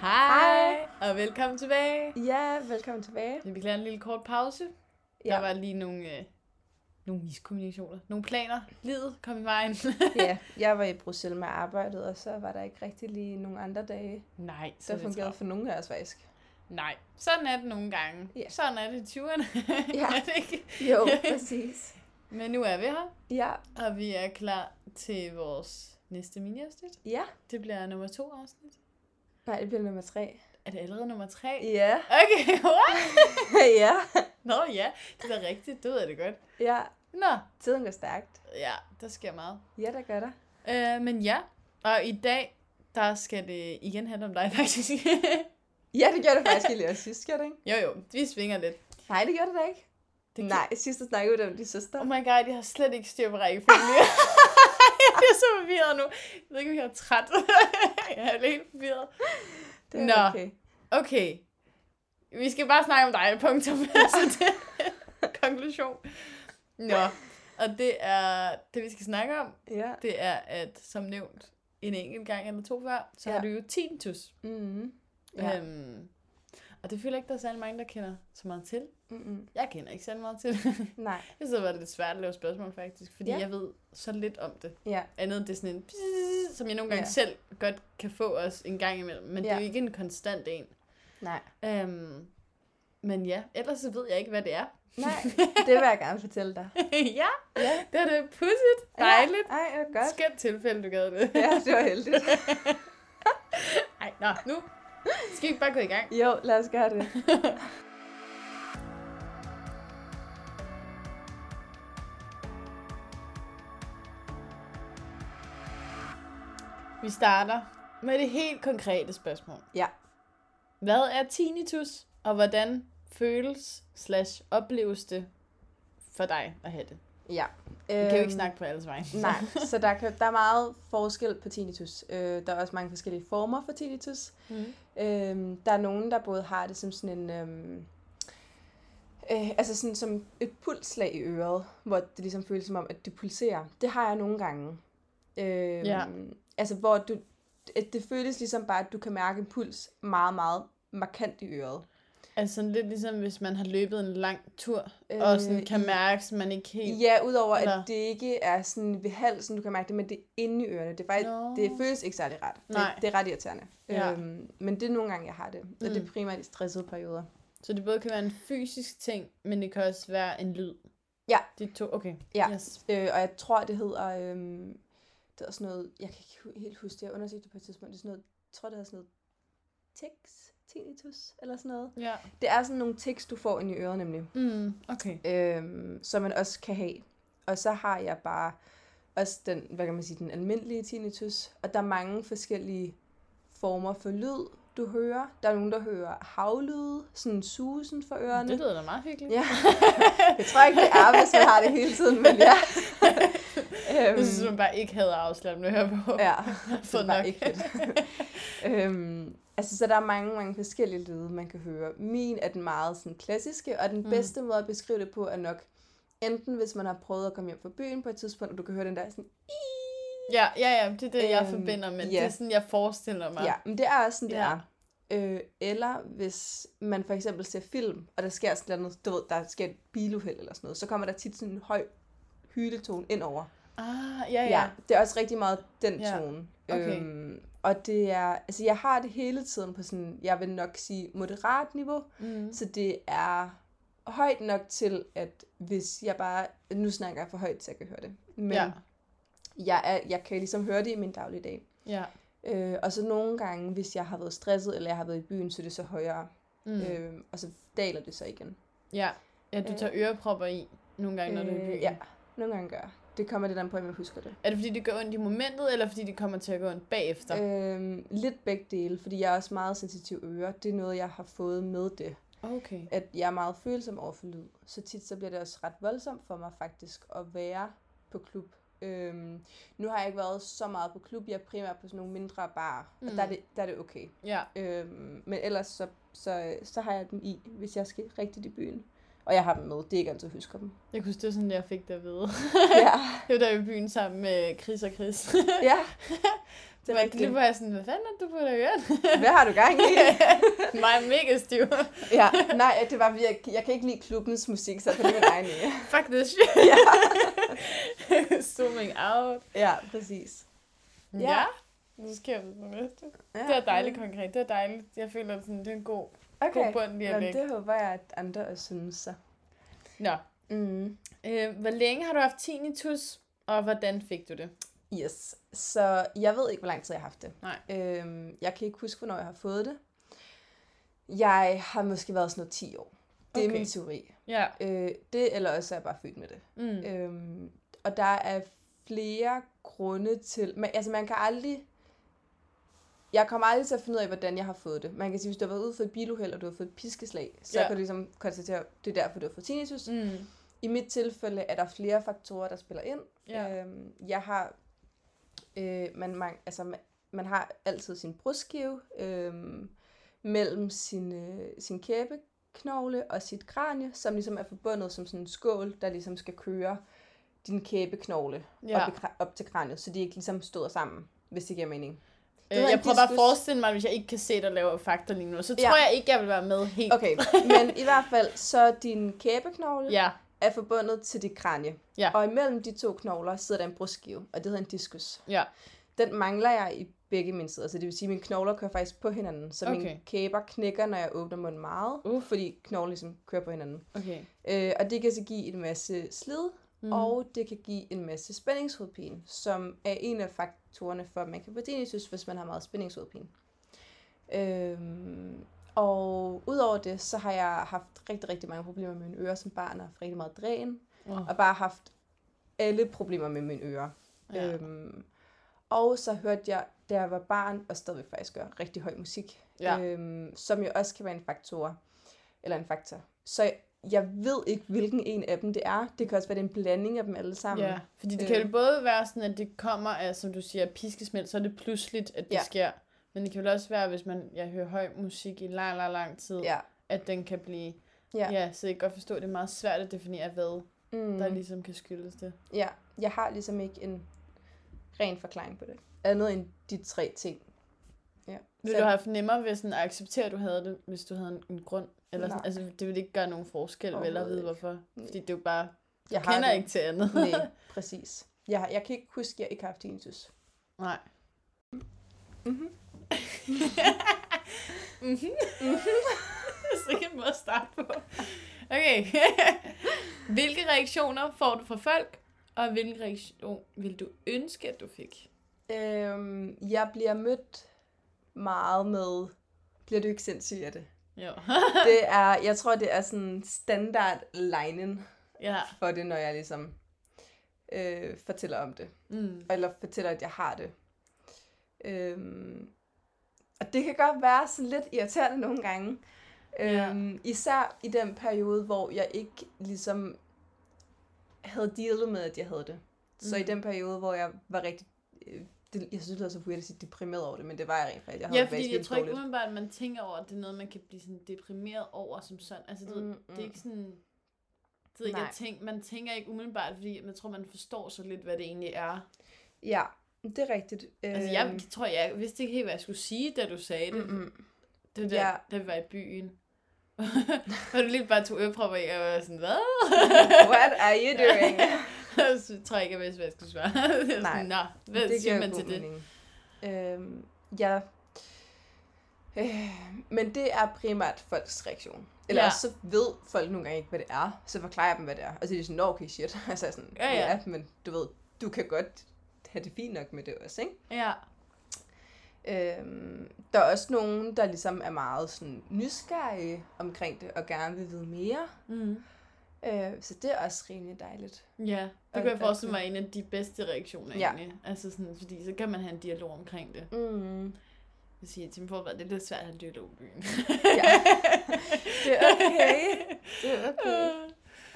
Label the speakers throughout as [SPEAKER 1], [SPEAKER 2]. [SPEAKER 1] Hej, og velkommen tilbage.
[SPEAKER 2] Ja, velkommen tilbage.
[SPEAKER 1] Vi beklager en lille kort pause. Ja.
[SPEAKER 2] Ja.
[SPEAKER 1] Der var lige nogle, øh, nogle miskommunikationer, nogle planer. Livet kom i vejen.
[SPEAKER 2] ja, jeg var i Bruxelles med arbejdet, og så var der ikke rigtig lige nogen andre dage,
[SPEAKER 1] Nej, så
[SPEAKER 2] der
[SPEAKER 1] det
[SPEAKER 2] fungerede
[SPEAKER 1] travlt.
[SPEAKER 2] for nogen af os faktisk.
[SPEAKER 1] Nej, sådan er det nogle gange.
[SPEAKER 2] Ja.
[SPEAKER 1] Sådan er det i 20'erne.
[SPEAKER 2] Ja.
[SPEAKER 1] er det ikke?
[SPEAKER 2] Jo, præcis.
[SPEAKER 1] Men nu er vi her,
[SPEAKER 2] Ja,
[SPEAKER 1] og vi er klar til vores næste mini-afsnit.
[SPEAKER 2] ja.
[SPEAKER 1] Det bliver nummer to afsnit.
[SPEAKER 2] Nej, det bliver nummer tre.
[SPEAKER 1] Er det allerede nummer tre?
[SPEAKER 2] Ja,
[SPEAKER 1] Okay, what?
[SPEAKER 2] ja,
[SPEAKER 1] Nå ja, det er da rigtigt. Det ved jeg det godt.
[SPEAKER 2] ja.
[SPEAKER 1] Nå,
[SPEAKER 2] Tiden går stærkt.
[SPEAKER 1] ja, der sker meget.
[SPEAKER 2] Ja, der gør der.
[SPEAKER 1] Øh, men ja, og i dag, der skal det igen handle om dig faktisk.
[SPEAKER 2] Ja, det gjorde det faktisk lige også sidst, gjorde det ikke?
[SPEAKER 1] jo jo, vi svinger lidt.
[SPEAKER 2] Nej, det gjorde det da ikke.
[SPEAKER 1] Det
[SPEAKER 2] Det
[SPEAKER 1] gi-
[SPEAKER 2] Nej, sidst der snakkede vi om de søster.
[SPEAKER 1] Oh my god, jeg har slet ikke styr på rækkefølgen. jeg bliver så forvirret nu. Jeg ved ikke, om jeg er træt. jeg er lidt forvirret.
[SPEAKER 2] Det er
[SPEAKER 1] Nå.
[SPEAKER 2] okay.
[SPEAKER 1] Okay, vi skal bare snakke om dig, punktum. altså, det er konklusion. Nå, og det er det, vi skal snakke om.
[SPEAKER 2] Ja.
[SPEAKER 1] Det er, at som nævnt en enkelt gang eller to før, så ja.
[SPEAKER 2] Ja.
[SPEAKER 1] har du jo tinnitus.
[SPEAKER 2] Mm-hmm.
[SPEAKER 1] Ja.
[SPEAKER 2] Ja.
[SPEAKER 1] Øhm, og det føler jeg ikke, der er særlig mange, der kender så meget til.
[SPEAKER 2] Mm-mm.
[SPEAKER 1] Jeg kender ikke særlig meget til det.
[SPEAKER 2] Mm-hmm. Nej.
[SPEAKER 1] Jeg synes, det var lidt svært at lave spørgsmål, faktisk, fordi ja.
[SPEAKER 2] Ja.
[SPEAKER 1] jeg ved så lidt om det.
[SPEAKER 2] Ja.
[SPEAKER 1] Andet end det er sådan en, pzzz, som jeg nogle gange ja.
[SPEAKER 2] Ja.
[SPEAKER 1] selv godt kan få os en gang imellem, men ja. det er
[SPEAKER 2] Ja.
[SPEAKER 1] jo ikke en konstant en.
[SPEAKER 2] Nej.
[SPEAKER 1] Øhm, men ja, ellers så ved jeg ikke, hvad det er.
[SPEAKER 2] Nej, det vil jeg gerne fortælle dig.
[SPEAKER 1] ja,
[SPEAKER 2] Ja.
[SPEAKER 1] det er det pudsigt. Dejligt.
[SPEAKER 2] Ja. Ej, det var godt.
[SPEAKER 1] Skønt tilfælde, du gad det.
[SPEAKER 2] Ja, det var heldigt.
[SPEAKER 1] Ej, nå, nu skal vi ikke bare gå i gang.
[SPEAKER 2] Jo, lad os gøre det.
[SPEAKER 1] Vi starter med det helt konkrete spørgsmål.
[SPEAKER 2] Ja.
[SPEAKER 1] Hvad er tinnitus, og hvordan føles slash opleves det for dig at have det?
[SPEAKER 2] Ja.
[SPEAKER 1] Vi kan jo ikke snakke på alles vegne.
[SPEAKER 2] Øhm, Nej, så der, kan, der er meget forskel på tinnitus. Øh, der er også mange forskellige former for tinnitus.
[SPEAKER 1] Mm.
[SPEAKER 2] Øh, der er nogen, der både har det som sådan en... Øh, øh, altså sådan som et pulslag i øret, hvor det ligesom føles som om, at det pulserer. Det har jeg nogle gange. Øh,
[SPEAKER 1] Ja.
[SPEAKER 2] Altså hvor du... at Det føles ligesom bare, at du kan mærke en puls meget, meget markant i øret.
[SPEAKER 1] Altså sådan lidt ligesom, hvis man har løbet en lang tur,
[SPEAKER 2] Øh,
[SPEAKER 1] og sådan kan mærke, at man ikke helt...
[SPEAKER 2] Ja, udover
[SPEAKER 1] Eller-
[SPEAKER 2] at det ikke er sådan ved halsen, du kan mærke det, men det er inde i ørerne. Det, er faktisk,
[SPEAKER 1] Nå.
[SPEAKER 2] det føles ikke særlig rart.
[SPEAKER 1] Nej.
[SPEAKER 2] Det, det er ret irriterende.
[SPEAKER 1] Ja. Mm.
[SPEAKER 2] Øhm, men det er nogle gange, jeg har det. Og det er primært i stressede perioder.
[SPEAKER 1] Så det både kan være en fysisk ting, men det kan også være en lyd.
[SPEAKER 2] Ja.
[SPEAKER 1] Det er to, okay.
[SPEAKER 2] Ja.
[SPEAKER 1] Yes.
[SPEAKER 2] Øh, og jeg tror, det hedder... Øhm, det er sådan noget... Jeg kan ikke hu- helt huske det. Jeg undersøgte det på et tidspunkt. Det er sådan noget... Jeg tror, det hedder sådan noget... Tics? Tinnitus? Eller sådan noget.
[SPEAKER 1] Ja.
[SPEAKER 2] Det er sådan nogle tics, du får ind i øret nemlig.
[SPEAKER 1] Mm, okay.
[SPEAKER 2] øhm, som man også kan have. Og så har jeg bare også den, hvad kan man sige, den almindelige tinnitus, og der er mange forskellige former for lyd, du hører. Der er nogen, der hører havlyde, sådan susen for ørerne.
[SPEAKER 1] Det lyder da meget hyggeligt.
[SPEAKER 2] Ja. jeg tror ikke, det er, hvis man har det hele tiden, men ja.
[SPEAKER 1] Jeg synes,
[SPEAKER 2] øhm,
[SPEAKER 1] man bare ikke havde afslappende at høre på.
[SPEAKER 2] ja,
[SPEAKER 1] Få
[SPEAKER 2] det er bare
[SPEAKER 1] nok.
[SPEAKER 2] ikke fedt. øhm, altså, så der er mange, mange forskellige lyde, man kan høre. Min er den meget sådan, klassiske, og den
[SPEAKER 1] Mm.
[SPEAKER 2] bedste måde at beskrive det på er nok enten, hvis man har prøvet at komme hjem fra byen på et tidspunkt, og du kan høre den der sådan,
[SPEAKER 1] Ja, ja, ja, det er det, jeg
[SPEAKER 2] Øhm,
[SPEAKER 1] forbinder med. Det
[SPEAKER 2] ja.
[SPEAKER 1] er sådan, jeg forestiller mig.
[SPEAKER 2] ja, men det er også sådan, det
[SPEAKER 1] Ja.
[SPEAKER 2] er. Øh, eller hvis man for eksempel ser film, og der sker sådan noget, du ved, der sker et biluheld eller sådan noget, så kommer der tit sådan en høj hyletone ind over.
[SPEAKER 1] Ah, ja, ja.
[SPEAKER 2] Ja, det er også rigtig meget den
[SPEAKER 1] Ja.
[SPEAKER 2] tone.
[SPEAKER 1] Okay.
[SPEAKER 2] Øhm, og det er, altså jeg har det hele tiden på sådan, jeg vil nok sige moderat niveau,
[SPEAKER 1] Mm.
[SPEAKER 2] så det er højt nok til, at hvis jeg bare, nu snakker jeg for højt, så jeg kan høre det, men
[SPEAKER 1] Ja.
[SPEAKER 2] ja. jeg, er, jeg kan ligesom høre det i min dagligdag.
[SPEAKER 1] Ja.
[SPEAKER 2] Øh, og så nogle gange, hvis jeg har været stresset, eller jeg har været i byen, så er det så højere,
[SPEAKER 1] Mm.
[SPEAKER 2] mm. øh, og så daler det så igen.
[SPEAKER 1] ja. Ja, du tager ørepropper i nogle gange, når du er i byen.
[SPEAKER 2] Øh. ja, nogle gange gør jeg. Det kommer lidt an på, om jeg husker det.
[SPEAKER 1] Er det fordi, det gør ondt i momentet, eller fordi det kommer til at gå ondt bagefter?
[SPEAKER 2] Øhm, lidt begge dele, fordi jeg er også meget sensitiv øre. Det er noget, jeg har fået med det.
[SPEAKER 1] Okay.
[SPEAKER 2] At jeg er meget følsom over for lyd. Så tit så bliver det også ret voldsomt for mig faktisk at være på klub. Øhm, nu har jeg ikke været så meget på klub. Jeg er primært på sådan nogle mindre barer, mm.
[SPEAKER 1] Mm.
[SPEAKER 2] og der er, det, der er det okay.
[SPEAKER 1] Ja.
[SPEAKER 2] Øhm, men ellers så, så, så har jeg dem i, hvis jeg skal rigtigt i byen. Og jeg har dem med. Det er ikke altid, jeg husker dem.
[SPEAKER 1] Jeg kunne huske, det var sådan, jeg fik det at vide.
[SPEAKER 2] ja,
[SPEAKER 1] Det var der i byen sammen med Chris og Chris.
[SPEAKER 2] ja, Det er
[SPEAKER 1] Men
[SPEAKER 2] rigtigt.
[SPEAKER 1] lige var jeg sådan, hvad fanden er det, du putter i ørerne?
[SPEAKER 2] Hvad har du gang i?
[SPEAKER 1] Mig er mega stiv.
[SPEAKER 2] ja, nej, øh, det var, fordi jeg, jeg kan ikke lide klubbens musik, så det er min egen idé.
[SPEAKER 1] Fuck this shit.
[SPEAKER 2] Ja.
[SPEAKER 1] Zooming out.
[SPEAKER 2] ja, præcis. Ja.
[SPEAKER 1] Ja. Nu sker vi på næste.
[SPEAKER 2] Ja,
[SPEAKER 1] Det er dejligt konkret. Det er dejligt. Jeg føler, sådan, det er en god, okay. god
[SPEAKER 2] Okay,
[SPEAKER 1] bund lige at
[SPEAKER 2] Jamen,
[SPEAKER 1] lægge.
[SPEAKER 2] det håber jeg, at andre også synes så.
[SPEAKER 1] Nå.
[SPEAKER 2] Mm.
[SPEAKER 1] Øh, hvor længe har du haft tinnitus, og hvordan fik du det?
[SPEAKER 2] Yes, så jeg ved ikke, hvor lang tid jeg har haft det.
[SPEAKER 1] Nej.
[SPEAKER 2] Øhm, jeg kan ikke huske, hvornår jeg har fået det. Jeg har måske været sådan noget 10 år. Det er
[SPEAKER 1] Okay.
[SPEAKER 2] min teori.
[SPEAKER 1] Ja.
[SPEAKER 2] Øh, det, eller også er jeg bare født med det.
[SPEAKER 1] Mm.
[SPEAKER 2] Øhm, og der er flere grunde til... Men, altså, man kan aldrig... Jeg kommer aldrig til at finde ud af, hvordan jeg har fået det. Man kan sige, hvis du har været ude for et biluheld, og du har fået et piskeslag, så
[SPEAKER 1] Ja.
[SPEAKER 2] kan du ligesom konstatere, at det er derfor, du har fået tinnitus.
[SPEAKER 1] Mm.
[SPEAKER 2] I mit tilfælde er der flere faktorer, der spiller ind.
[SPEAKER 1] Ja.
[SPEAKER 2] Øhm, jeg har... Øh, man, man, altså, man, man har altid sin brystskive øhm, mellem sin, øh, sin kæbeknogle og sit kranie, som ligesom er forbundet som sådan en skål, der ligesom skal køre din kæbeknogle
[SPEAKER 1] ja.
[SPEAKER 2] ja. op, i, kra- op til kraniet, så de ikke ligesom støder sammen, hvis det giver mening.
[SPEAKER 1] Øh,
[SPEAKER 2] hedder
[SPEAKER 1] jeg
[SPEAKER 2] en
[SPEAKER 1] prøver bare at
[SPEAKER 2] diskus.
[SPEAKER 1] forestille mig, at hvis jeg ikke kan se dig lave fakta lige nu, så
[SPEAKER 2] Ja.
[SPEAKER 1] tror jeg ikke, jeg vil være med helt.
[SPEAKER 2] Okay, men i hvert fald, så din kæbeknogle
[SPEAKER 1] Ja.
[SPEAKER 2] er forbundet til dit kranie.
[SPEAKER 1] Ja.
[SPEAKER 2] Og imellem de to knogler sidder der en brystskive, og det hedder en diskus.
[SPEAKER 1] Ja.
[SPEAKER 2] Den mangler jeg i begge mine sider, så det vil sige, at mine knogler kører faktisk på hinanden, så
[SPEAKER 1] Okay.
[SPEAKER 2] mine kæber knækker, når jeg åbner munden meget,
[SPEAKER 1] Uh.
[SPEAKER 2] fordi knoglen ligesom kører på hinanden.
[SPEAKER 1] Okay.
[SPEAKER 2] Øh, og det kan så give en masse slid,
[SPEAKER 1] Mm.
[SPEAKER 2] mm. og det kan give en masse spændingshovedpine, som er en af faktorerne for, at man kan få tinnitus, hvis man har meget spændingshovedpine. Øhm, og udover det, så har jeg haft rigtig, rigtig mange problemer med mine ører som barn, og haft rigtig meget dræn,
[SPEAKER 1] Oh,
[SPEAKER 2] og bare haft alle problemer med mine ører.
[SPEAKER 1] ja.
[SPEAKER 2] Ja. Øhm, og så hørte jeg, da jeg var barn, og stadigvæk faktisk gør rigtig høj musik,
[SPEAKER 1] Ja.
[SPEAKER 2] øhm, som jo også kan være en faktor, eller en faktor. Så jeg, jeg ved ikke, hvilken en af dem det er. Det kan også være, det er en blanding af dem alle sammen.
[SPEAKER 1] ja. Fordi det kan
[SPEAKER 2] øh.
[SPEAKER 1] jo både være sådan, at det kommer af, som du siger, piskesmæld, så er det pludseligt, at det
[SPEAKER 2] Ja.
[SPEAKER 1] sker. Men det kan vel også være, hvis man jeg hører høj musik i lang, lang, lang tid,
[SPEAKER 2] ja.
[SPEAKER 1] at den kan blive...
[SPEAKER 2] Ja.
[SPEAKER 1] ja. så jeg kan godt forstå, at det er meget svært at definere, hvad
[SPEAKER 2] Mm,
[SPEAKER 1] der ligesom kan skyldes det.
[SPEAKER 2] ja. Jeg har ligesom ikke en ren forklaring på det. Andet end de tre ting. Ja.
[SPEAKER 1] Ville
[SPEAKER 2] Så-
[SPEAKER 1] du have haft nemmere ved sådan at acceptere, at du havde det, hvis du havde en, en grund? Eller sådan,
[SPEAKER 2] Nej.
[SPEAKER 1] altså, det ville ikke gøre nogen forskel, vel at
[SPEAKER 2] Overhovedet
[SPEAKER 1] vide
[SPEAKER 2] ikke.
[SPEAKER 1] hvorfor.
[SPEAKER 2] Nej.
[SPEAKER 1] Fordi det er jo bare, du
[SPEAKER 2] jeg
[SPEAKER 1] jeg
[SPEAKER 2] har
[SPEAKER 1] kender
[SPEAKER 2] det.
[SPEAKER 1] ikke til andet.
[SPEAKER 2] Nej, præcis. Jeg, har- jeg kan ikke huske, at jeg ikke har haft tinnitus.
[SPEAKER 1] Nej.
[SPEAKER 2] Mhm.
[SPEAKER 1] Mhm. Så kan man starte på. Okay. hvilke reaktioner får du fra folk, og hvilken reaktion vil du ønske, at du fik?
[SPEAKER 2] Øhm, jeg bliver mødt meget med, bliver du ikke sindssyg af det?
[SPEAKER 1] Jo.
[SPEAKER 2] Det er, jeg tror, det er sådan standard linen
[SPEAKER 1] ja.
[SPEAKER 2] for det, når jeg ligesom øh, fortæller om det.
[SPEAKER 1] Mm.
[SPEAKER 2] Eller fortæller, at jeg har det. Øhm, og det kan godt være sådan lidt irriterende nogle gange.
[SPEAKER 1] Ja.
[SPEAKER 2] Øhm, Især i den periode, hvor jeg ikke ligesom havde dealet med, at jeg havde det. Så
[SPEAKER 1] Mm.
[SPEAKER 2] i den periode, hvor jeg var rigtig... Øh, det, jeg synes, det er så weird at sige deprimeret over det, men det var jeg rent faktisk. Jeg havde
[SPEAKER 1] Ja,
[SPEAKER 2] det
[SPEAKER 1] fordi
[SPEAKER 2] faktisk
[SPEAKER 1] jeg tror ikke
[SPEAKER 2] dårligt.
[SPEAKER 1] umiddelbart, at man tænker over, at det er noget, man kan blive sådan deprimeret over som sådan. Altså, du ved,
[SPEAKER 2] Mm,
[SPEAKER 1] det er
[SPEAKER 2] mm.
[SPEAKER 1] ikke sådan... Det ved jeg ikke,
[SPEAKER 2] Nej.
[SPEAKER 1] jeg tænk, man tænker ikke umiddelbart, fordi man tror, man forstår så lidt, hvad det egentlig er.
[SPEAKER 2] mm. Ja, det er rigtigt.
[SPEAKER 1] Altså,
[SPEAKER 2] Øhm,
[SPEAKER 1] jeg tror, jeg vidste ikke helt, hvad jeg skulle sige, da du sagde det.
[SPEAKER 2] mm, mm.
[SPEAKER 1] Det var da,
[SPEAKER 2] Ja.
[SPEAKER 1] da vi var i byen. Hvor du lige bare tog ørepropper i, og jeg var sådan, hvad?
[SPEAKER 2] What are you doing?
[SPEAKER 1] så tror jeg ikke, jeg vidste, hvad jeg skulle svare. Jeg var
[SPEAKER 2] Nej,
[SPEAKER 1] sådan, Nå, hvad det
[SPEAKER 2] giver
[SPEAKER 1] siger man
[SPEAKER 2] god
[SPEAKER 1] til det?
[SPEAKER 2] mening. Øhm, ja. Øh, men det er primært folks reaktion. Eller
[SPEAKER 1] Ja.
[SPEAKER 2] ja. også så ved folk nogle gange ikke, hvad det er. Så forklarer jeg dem, hvad det er. Og så er de sådan, "Nå, okay, shit. altså jeg er sådan,
[SPEAKER 1] Ja, ja.
[SPEAKER 2] men du ved, du kan godt have det fint nok med det også, ikke?
[SPEAKER 1] Ja.
[SPEAKER 2] Øhm, der er også nogen, der ligesom er meget sådan nysgerrige omkring det, og gerne vil vide mere.
[SPEAKER 1] Mm.
[SPEAKER 2] Øh, så det er også rimelig dejligt.
[SPEAKER 1] Ja, det
[SPEAKER 2] Og-
[SPEAKER 1] kunne jeg
[SPEAKER 2] og-
[SPEAKER 1] forestille mig er en af de bedste reaktioner
[SPEAKER 2] Ja.
[SPEAKER 1] egentlig. Altså sådan, fordi så kan man have en dialog omkring det.
[SPEAKER 2] Mm.
[SPEAKER 1] Jeg siger til min forberedt, det er lidt svært at have en dialog i byen.
[SPEAKER 2] Ja. det er okay. Det er okay.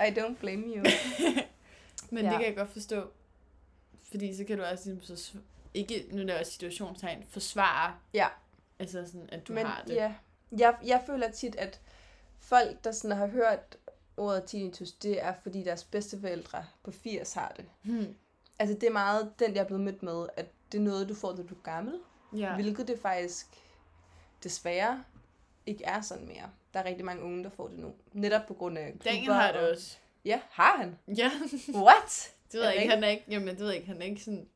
[SPEAKER 2] I don't blame you.
[SPEAKER 1] Men ja.
[SPEAKER 2] Ja.
[SPEAKER 1] det kan jeg godt forstå. Fordi så kan du også ligesom så, ikke, nu laver jeg situationstegn, forsvare,
[SPEAKER 2] Ja.
[SPEAKER 1] altså sådan, at du Men, har det.
[SPEAKER 2] Ja, jeg, jeg føler tit, at folk, der sådan har hørt ordet tinnitus, det er fordi deres bedsteforældre på 80 har det.
[SPEAKER 1] Hmm.
[SPEAKER 2] Altså det er meget den, jeg er blevet mødt med, at det er noget, du får, når du er gammel. Ja.
[SPEAKER 1] Ja.
[SPEAKER 2] Hvilket det faktisk desværre ikke er sådan mere. Der er rigtig mange unge, der får det nu. Netop på grund af klubber.
[SPEAKER 1] Daniel har det
[SPEAKER 2] og-
[SPEAKER 1] også.
[SPEAKER 2] Ja, har han?
[SPEAKER 1] Ja,
[SPEAKER 2] What?
[SPEAKER 1] det ved
[SPEAKER 2] Er
[SPEAKER 1] jeg ikke.
[SPEAKER 2] det
[SPEAKER 1] Han er ikke, jamen, det ved jeg ikke. Han er ikke sådan...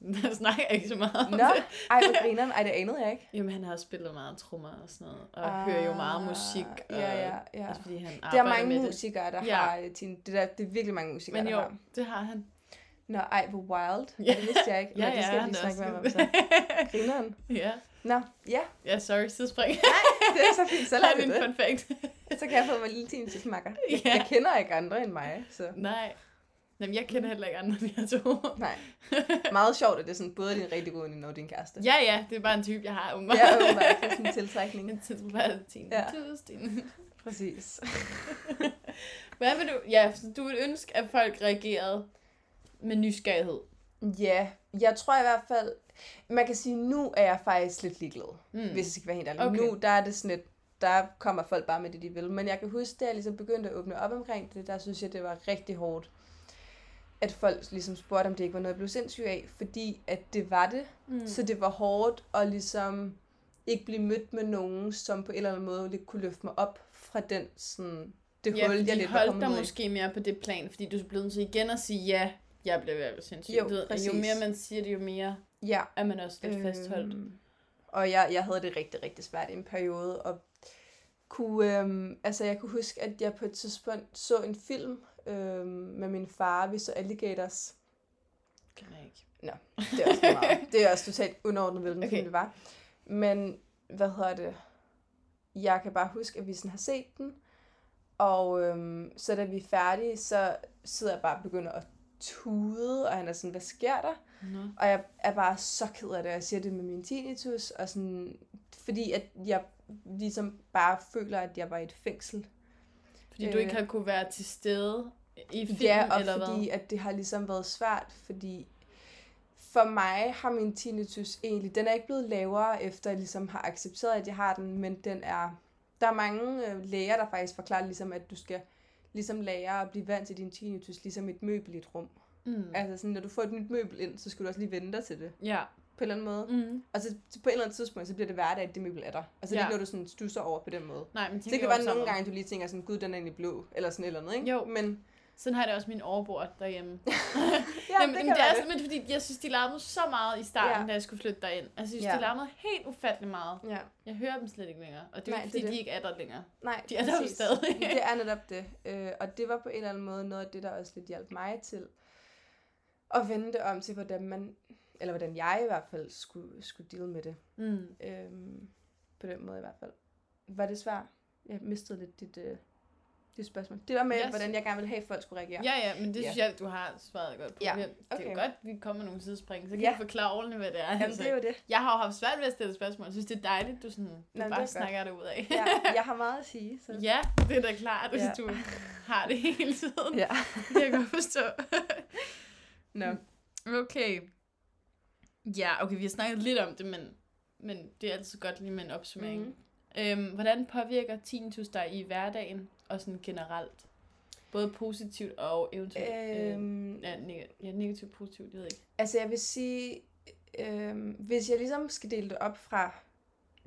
[SPEAKER 1] Han snakker ikke så meget om
[SPEAKER 2] Nå,
[SPEAKER 1] det.
[SPEAKER 2] ej, hvor grineren. Ej, det anede jeg ikke.
[SPEAKER 1] Jamen, han har også spillet meget trommer og sådan noget, og ah, hører jo meget musik. Og,
[SPEAKER 2] Og... Ja, ja, ja.
[SPEAKER 1] Også fordi han
[SPEAKER 2] Der
[SPEAKER 1] arbejder
[SPEAKER 2] er mange
[SPEAKER 1] med
[SPEAKER 2] musikere, der
[SPEAKER 1] Ja.
[SPEAKER 2] ja. har øh, Tine. Det, der, det er virkelig mange
[SPEAKER 1] det.
[SPEAKER 2] musikere,
[SPEAKER 1] Men
[SPEAKER 2] der
[SPEAKER 1] jo,
[SPEAKER 2] har.
[SPEAKER 1] det har han.
[SPEAKER 2] Nå, ej, hvor wild.
[SPEAKER 1] Ja.
[SPEAKER 2] Ja. Det vidste jeg ikke. Nå, det skal jeg
[SPEAKER 1] han
[SPEAKER 2] lige
[SPEAKER 1] er
[SPEAKER 2] snakke med
[SPEAKER 1] også-
[SPEAKER 2] ham om så. Grineren.
[SPEAKER 1] ja.
[SPEAKER 2] Nå, ja,
[SPEAKER 1] ja, sorry, så springer
[SPEAKER 2] det er så fint. Så
[SPEAKER 1] jeg
[SPEAKER 2] lader vi
[SPEAKER 1] min
[SPEAKER 2] det.
[SPEAKER 1] fun fact.
[SPEAKER 2] Så kan jeg få mig lille Tine til smakker. Jeg,
[SPEAKER 1] Ja.
[SPEAKER 2] jeg kender ikke andre end mig, så...
[SPEAKER 1] Nej. Jamen, jeg
[SPEAKER 2] Mm.
[SPEAKER 1] kender heller ikke andre end jer to.
[SPEAKER 2] Nej. Meget sjovt, at det er sådan, både din rigtig gode veninde og din kæreste.
[SPEAKER 1] ja, ja, det er bare en type, jeg har,
[SPEAKER 2] Ja,
[SPEAKER 1] åbenbart.
[SPEAKER 2] åbenbart. Det er sådan en tiltrækning.
[SPEAKER 1] En tilfældig
[SPEAKER 2] Ja.
[SPEAKER 1] ja. Tusind.
[SPEAKER 2] Præcis.
[SPEAKER 1] Hvad vil du... Ja, så du vil ønske, at folk reagerede med nysgerrighed.
[SPEAKER 2] Ja, jeg tror i hvert fald... Man kan sige, nu er jeg faktisk lidt ligeglad, mm. hvis jeg skal være helt ærlig.
[SPEAKER 1] Okay.
[SPEAKER 2] Okay. Nu der er det sådan lidt, der kommer folk bare med det, de vil. Men jeg kan huske, da jeg ligesom begyndte at åbne op omkring det, der synes jeg, det var rigtig hårdt, at folk ligesom spurgte, om det ikke var noget, jeg blev sindssyg af, fordi at det var det.
[SPEAKER 1] Mm.
[SPEAKER 2] Mm. Så det var hårdt at ligesom ikke blive mødt med nogen, som på en eller anden måde lidt kunne løfte mig op fra den sådan, det
[SPEAKER 1] ja,
[SPEAKER 2] hul, jeg
[SPEAKER 1] fordi
[SPEAKER 2] lidt var
[SPEAKER 1] holdt
[SPEAKER 2] kommet
[SPEAKER 1] dig
[SPEAKER 2] ud i.
[SPEAKER 1] måske mere på det plan, fordi du så blev nødt til igen at sige ja, jeg blev i hvert fald sindssyg.
[SPEAKER 2] Jo,
[SPEAKER 1] Du ved, at jo
[SPEAKER 2] præcis.
[SPEAKER 1] mere man siger det, jo mere
[SPEAKER 2] Ja,
[SPEAKER 1] er man også lidt fastholdt.
[SPEAKER 2] Øhm, og jeg, jeg havde det rigtig, rigtig svært i en periode, og kunne, øhm, altså jeg kunne huske, at jeg på et tidspunkt så en film øhm, med min far, vi så Alligators.
[SPEAKER 1] Kan jeg ikke.
[SPEAKER 2] Det er også, lige meget. det er også totalt underordnet, hvilken okay.
[SPEAKER 1] Okay.
[SPEAKER 2] film det var. Men hvad hedder det? Jeg kan bare huske, at vi sådan har set den, og øhm, så da vi er færdige, så sidder jeg bare og begynder at tude, og han er sådan, hvad sker der?
[SPEAKER 1] Nå.
[SPEAKER 2] Og jeg er bare så ked af det, og jeg siger det med min tinnitus, og sådan, fordi at jeg ligesom bare føler, at jeg var i et fængsel.
[SPEAKER 1] Fordi du
[SPEAKER 2] Øh.
[SPEAKER 1] ikke har kunne være til stede i filmen,
[SPEAKER 2] ja, og
[SPEAKER 1] eller
[SPEAKER 2] fordi
[SPEAKER 1] hvad?
[SPEAKER 2] at det har ligesom været svært, fordi for mig har min tinnitus egentlig, den er ikke blevet lavere, efter jeg ligesom har accepteret, at jeg har den, men den er, der er mange øh, læger, der faktisk forklarer ligesom, at du skal ligesom lære at blive vant til din tinnitus, ligesom et møbel i et rum.
[SPEAKER 1] Mm.
[SPEAKER 2] Altså sådan, når du får et nyt møbel ind, så skal du også lige vente dig til det,
[SPEAKER 1] Ja.
[SPEAKER 2] på en eller anden måde.
[SPEAKER 1] Mm.
[SPEAKER 2] Og så så på et eller andet tidspunkt, så bliver det hverdag, at det møbel er der. Og så
[SPEAKER 1] Ja.
[SPEAKER 2] ja. det er ikke noget, du sådan stusser over på den måde.
[SPEAKER 1] Nej, men
[SPEAKER 2] Det,
[SPEAKER 1] tænker
[SPEAKER 2] det kan
[SPEAKER 1] jeg
[SPEAKER 2] være
[SPEAKER 1] også
[SPEAKER 2] nogle
[SPEAKER 1] om.
[SPEAKER 2] gange, du lige tænker sådan, gud, den er egentlig blå, eller sådan et eller andet, ikke?
[SPEAKER 1] Jo.
[SPEAKER 2] Men
[SPEAKER 1] Sådan har jeg det også min overbord derhjemme.
[SPEAKER 2] ja,
[SPEAKER 1] Jamen,
[SPEAKER 2] det
[SPEAKER 1] det,
[SPEAKER 2] kan
[SPEAKER 1] det er altså
[SPEAKER 2] være det.
[SPEAKER 1] simpelthen fordi, jeg synes, de larmede så meget i starten,
[SPEAKER 2] Ja.
[SPEAKER 1] da jeg skulle flytte derind. Altså, jeg synes,
[SPEAKER 2] Ja.
[SPEAKER 1] de larmede helt ufattelig meget.
[SPEAKER 2] Ja.
[SPEAKER 1] Jeg hører dem slet ikke længere. Og det er jo
[SPEAKER 2] Nej,
[SPEAKER 1] ikke,
[SPEAKER 2] det er
[SPEAKER 1] fordi, de
[SPEAKER 2] det.
[SPEAKER 1] ikke er der længere.
[SPEAKER 2] Nej,
[SPEAKER 1] De er der jo
[SPEAKER 2] præcis.
[SPEAKER 1] stadig.
[SPEAKER 2] det er netop det. Øh, og det var på en eller anden måde noget af det, der også lidt hjalp mig til at vende det om til, hvordan man, eller hvordan jeg i hvert fald skulle, skulle deal med det.
[SPEAKER 1] Mm.
[SPEAKER 2] Øh, på den måde i hvert fald. Var det svært? Jeg mistede lidt dit, øh, dit spørgsmål. Det var med,
[SPEAKER 1] Yes.
[SPEAKER 2] yes. hvordan jeg gerne ville have, at folk skulle reagere.
[SPEAKER 1] Ja, ja, men det synes jeg, du har svaret godt på.
[SPEAKER 2] Ja,
[SPEAKER 1] Vi- Det er
[SPEAKER 2] okay.
[SPEAKER 1] jo godt, vi kommer nogle sidespring, så kan
[SPEAKER 2] Ja.
[SPEAKER 1] du forklare ordentligt, hvad det er. altså.
[SPEAKER 2] Jamen, det er jo det.
[SPEAKER 1] Jeg har jo haft svært ved at stille spørgsmål. Jeg synes, det er dejligt, du, sådan, du
[SPEAKER 2] det er
[SPEAKER 1] bare
[SPEAKER 2] godt.
[SPEAKER 1] snakker det ud af.
[SPEAKER 2] ja, jeg har meget at sige. Så.
[SPEAKER 1] ja, det er da klart, hvis
[SPEAKER 2] Ja.
[SPEAKER 1] du har det hele tiden.
[SPEAKER 2] Ja.
[SPEAKER 1] Det kan jeg godt forstå.
[SPEAKER 2] No.
[SPEAKER 1] Okay. Ja, okay, vi har snakket lidt om det, men, men det er altid godt lige med en opsummering.
[SPEAKER 2] Mhm.
[SPEAKER 1] Mm. Øhm, hvordan påvirker tinnitus dig i hverdagen og sådan generelt? Både positivt og eventuelt øhm.
[SPEAKER 2] Øhm,
[SPEAKER 1] ja, neg- ja, negativt positivt, jeg ved ikke.
[SPEAKER 2] altså jeg vil sige, øhm, hvis jeg ligesom skal dele det op fra,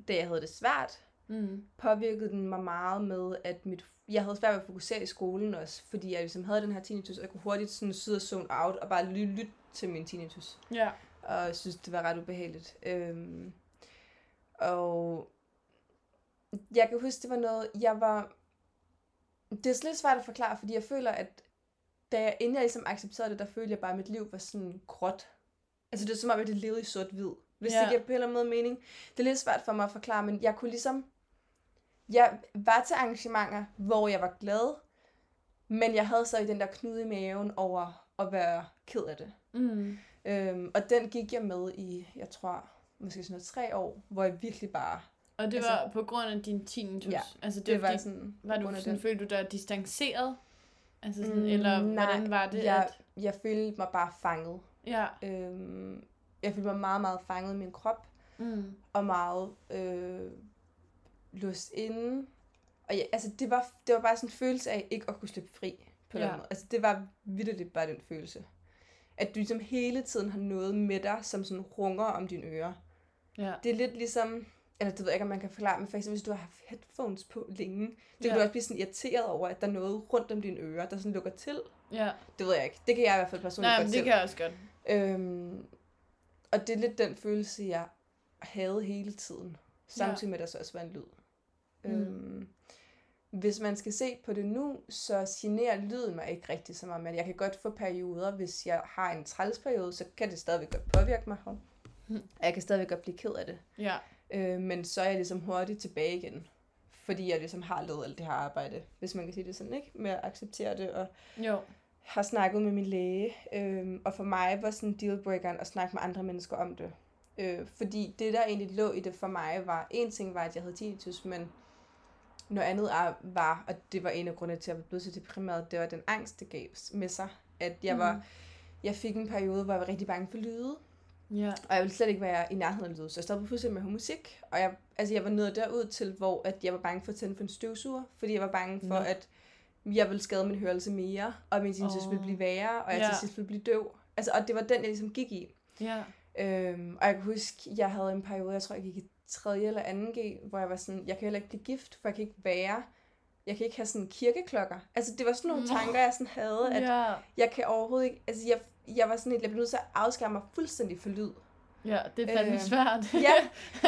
[SPEAKER 2] da jeg havde det svært,
[SPEAKER 1] Mm.
[SPEAKER 2] påvirkede den mig meget med, at mit, jeg havde svært ved at fokusere i skolen også, fordi jeg ligesom havde den her tinnitus, og jeg kunne hurtigt sådan sidde og zone out, og bare ly- lytte til min tinnitus.
[SPEAKER 1] Ja.
[SPEAKER 2] og jeg synes, det var ret ubehageligt. Øhm, og jeg kan huske, det var noget, jeg var... Det er lidt svært at forklare, fordi jeg føler, at da jeg, inden jeg ligesom accepterede det, der følte jeg bare, at mit liv var sådan gråt. Altså det er som om, at det levede i sort-hvid. Hvis
[SPEAKER 1] Ja.
[SPEAKER 2] det giver på en eller anden måde mening. Det er lidt svært for mig at forklare, men jeg kunne ligesom... Jeg var til arrangementer, hvor jeg var glad, men jeg havde så i den der knude i maven over at være ked af det.
[SPEAKER 1] Mm.
[SPEAKER 2] Øhm, og den gik jeg med i, jeg tror, måske sådan noget tre år, hvor jeg virkelig bare...
[SPEAKER 1] Og det
[SPEAKER 2] Altså-
[SPEAKER 1] altså, var på grund af din tinnitus?
[SPEAKER 2] Ja,
[SPEAKER 1] altså,
[SPEAKER 2] Det, det var
[SPEAKER 1] fordi,
[SPEAKER 2] sådan...
[SPEAKER 1] var
[SPEAKER 2] på grund
[SPEAKER 1] du
[SPEAKER 2] af
[SPEAKER 1] sådan,
[SPEAKER 2] den.
[SPEAKER 1] følte du dig distanceret? Altså sådan,
[SPEAKER 2] Mm,
[SPEAKER 1] mm, eller
[SPEAKER 2] nej,
[SPEAKER 1] hvordan var det?
[SPEAKER 2] jeg-
[SPEAKER 1] at,
[SPEAKER 2] Jeg følte mig bare fanget.
[SPEAKER 1] ja.
[SPEAKER 2] Øhm, jeg følte mig meget, meget fanget i min krop,
[SPEAKER 1] Mm.
[SPEAKER 2] og meget øh, låst inde. Og jeg, altså, det var, det var bare sådan en følelse af ikke at kunne slippe fri på ja.
[SPEAKER 1] Ja.
[SPEAKER 2] den måde. Altså, det var vidderligt bare den følelse. at du ligesom hele tiden har noget med dig, som sådan runger om dine ører.
[SPEAKER 1] Ja.
[SPEAKER 2] Det er lidt ligesom, eller det ved jeg ikke, om man kan forklare, men for eksempel, hvis du har haft headphones på længe, så kan
[SPEAKER 1] Ja.
[SPEAKER 2] du også blive sådan irriteret over, at der er noget rundt om dine ører, der sådan lukker til.
[SPEAKER 1] ja.
[SPEAKER 2] Det ved jeg ikke. Det kan jeg i hvert fald personligt
[SPEAKER 1] Nej,
[SPEAKER 2] godt
[SPEAKER 1] men det
[SPEAKER 2] selv.
[SPEAKER 1] kan jeg også godt.
[SPEAKER 2] Øhm, og det er lidt den følelse, jeg havde hele tiden. Samtidig med, at der så også var en lyd.
[SPEAKER 1] Mm.
[SPEAKER 2] Mm. Øhm, hvis man skal se på det nu, så generer lyden mig ikke rigtig så meget. Men jeg kan godt få perioder, hvis jeg har en trælsperiode, så kan det stadigvæk godt påvirke mig. Og Mhm. jeg kan stadigvæk godt blive ked af det.
[SPEAKER 1] Ja.
[SPEAKER 2] Øh, men så er jeg ligesom hurtigt tilbage igen. Fordi jeg ligesom har lavet alt det her arbejde, hvis man kan sige det sådan, ikke? Med at acceptere det og
[SPEAKER 1] Jo.
[SPEAKER 2] har snakket med min læge, øhm, og for mig var sådan dealbreakeren at snakke med andre mennesker om det. Øh, fordi det, der egentlig lå i det for mig, var, en ting var, at jeg havde tinnitus, men noget andet er- var, og det var en af grundene til, at jeg blev så deprimeret, det var den angst, det gav med sig. At jeg, var,
[SPEAKER 1] Mhm.
[SPEAKER 2] jeg fik en periode, hvor jeg var rigtig bange for lyde,
[SPEAKER 1] Ja.
[SPEAKER 2] og jeg ville slet ikke være i nærheden af lyde, så jeg stoppede pludselig med at høre musik. Og jeg, altså jeg var nået derud til, hvor at jeg var bange for at tænde for en støvsuger, fordi jeg var bange for,
[SPEAKER 1] Nå.
[SPEAKER 2] at jeg ville skade min hørelse mere, og min tinnitus
[SPEAKER 1] Åh.
[SPEAKER 2] oh. ville blive værre, og jeg
[SPEAKER 1] Ja.
[SPEAKER 2] til sidst ville blive døv. Altså, og det var den, jeg ligesom gik i.
[SPEAKER 1] Ja.
[SPEAKER 2] Øhm, og jeg kan huske, jeg havde en periode, jeg tror, jeg gik i 3. eller 2G, hvor jeg var sådan, jeg kan heller ikke blive gift, for jeg kan ikke være, jeg kan ikke have sådan kirkeklokker. Altså, det var sådan nogle
[SPEAKER 1] Nå.
[SPEAKER 2] tanker, jeg sådan havde, at
[SPEAKER 1] Ja.
[SPEAKER 2] jeg kan overhovedet ikke, altså, jeg, jeg var sådan lidt, jeg blev nødt til at afskære mig fuldstændig for lyd.
[SPEAKER 1] Ja, det er fandme
[SPEAKER 2] Øh,
[SPEAKER 1] svært.
[SPEAKER 2] ja.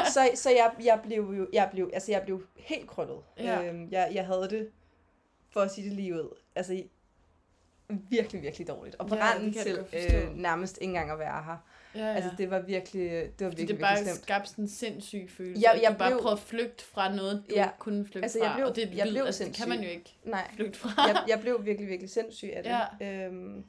[SPEAKER 2] så, så jeg, jeg blev jo, jeg blev, altså jeg blev helt krøllet.
[SPEAKER 1] Ja.
[SPEAKER 2] Øhm, jeg, jeg havde det, for at sige det lige ud, altså virkelig, virkelig dårligt. Og
[SPEAKER 1] Ja,
[SPEAKER 2] på
[SPEAKER 1] det
[SPEAKER 2] randen
[SPEAKER 1] kan jeg
[SPEAKER 2] til
[SPEAKER 1] godt forstå.
[SPEAKER 2] øh, nærmest ikke engang at være her.
[SPEAKER 1] ja, ja.
[SPEAKER 2] Ja. Altså det var virkelig, det var
[SPEAKER 1] Fordi
[SPEAKER 2] virkelig,
[SPEAKER 1] det
[SPEAKER 2] virkelig
[SPEAKER 1] bare
[SPEAKER 2] slemt.
[SPEAKER 1] skabte sådan en sindssyg følelse.
[SPEAKER 2] Ja,
[SPEAKER 1] Ja, jeg
[SPEAKER 2] jeg
[SPEAKER 1] du bare
[SPEAKER 2] blev-
[SPEAKER 1] prøvede at flygte fra noget, du ja.
[SPEAKER 2] Ja.
[SPEAKER 1] kunne flygte
[SPEAKER 2] Altså, jeg
[SPEAKER 1] fra.
[SPEAKER 2] blev-
[SPEAKER 1] og det, er
[SPEAKER 2] jeg
[SPEAKER 1] lyd,
[SPEAKER 2] blev
[SPEAKER 1] altså, det kan man jo ikke
[SPEAKER 2] Nej,
[SPEAKER 1] flygte fra.
[SPEAKER 2] jeg, jeg blev virkelig, virkelig sindssyg af det. Ja. Øhm,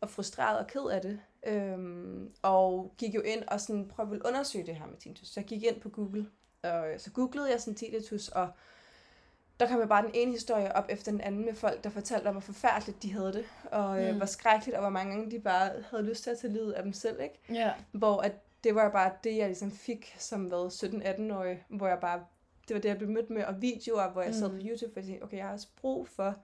[SPEAKER 2] og frustreret og ked af det. Øhm, og gik jo ind og sådan, prøv at ville undersøge det her med tinnitus. Så jeg gik ind på Google, og så googlede jeg sådan tinnitus, og der kom jo bare den ene historie op efter den anden med folk, der fortalte om, hvor forfærdeligt de havde det, og øh,
[SPEAKER 1] Mm.
[SPEAKER 2] hvor skrækkeligt, og hvor mange gange de bare havde lyst til at tage livet af dem selv, ikke?
[SPEAKER 1] Ja,
[SPEAKER 2] Hvor at det var bare det, jeg ligesom fik som hvad, 17-18-årig, hvor jeg bare, det var det, jeg blev mødt med, og videoer, hvor jeg sad
[SPEAKER 1] Mm.
[SPEAKER 2] på YouTube, for jeg tænkte, okay, jeg har også brug for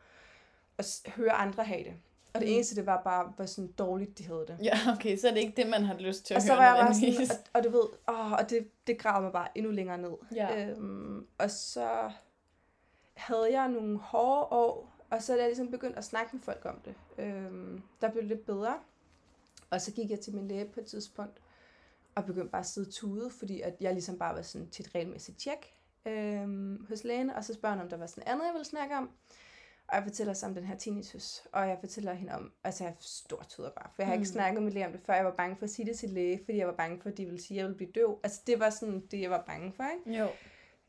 [SPEAKER 2] at s- høre andre have det. Og det
[SPEAKER 1] Mm.
[SPEAKER 2] eneste, det var bare, hvor sådan dårligt de havde det.
[SPEAKER 1] ja, okay, så er det ikke det, man har lyst til at
[SPEAKER 2] Og så
[SPEAKER 1] høre
[SPEAKER 2] var jeg bare
[SPEAKER 1] nødvendigvis.
[SPEAKER 2] sådan, og, og du ved, åh, og det, det gravede mig bare endnu længere ned.
[SPEAKER 1] Ja.
[SPEAKER 2] Øhm, og så havde jeg nogle hårde år, og så da jeg ligesom begyndte at snakke med folk om det, øhm, der blev det lidt bedre. Og så gik jeg til min læge på et tidspunkt, og begyndte bare at sidde tude, fordi at jeg ligesom bare var sådan til et regelmæssigt tjek øhm, hos lægen, og så spørger hun, om der var sådan andet, jeg ville snakke om. Og jeg fortæller så om den her tinnitus, og jeg fortæller hende om, altså jeg stort tyder bare, for jeg har ikke
[SPEAKER 1] Mm.
[SPEAKER 2] snakket med læge om det før, jeg var bange for at sige det til læge, fordi jeg var bange for, at de ville sige, at jeg ville blive døv. Altså det var sådan det, jeg var bange for,
[SPEAKER 1] Jo,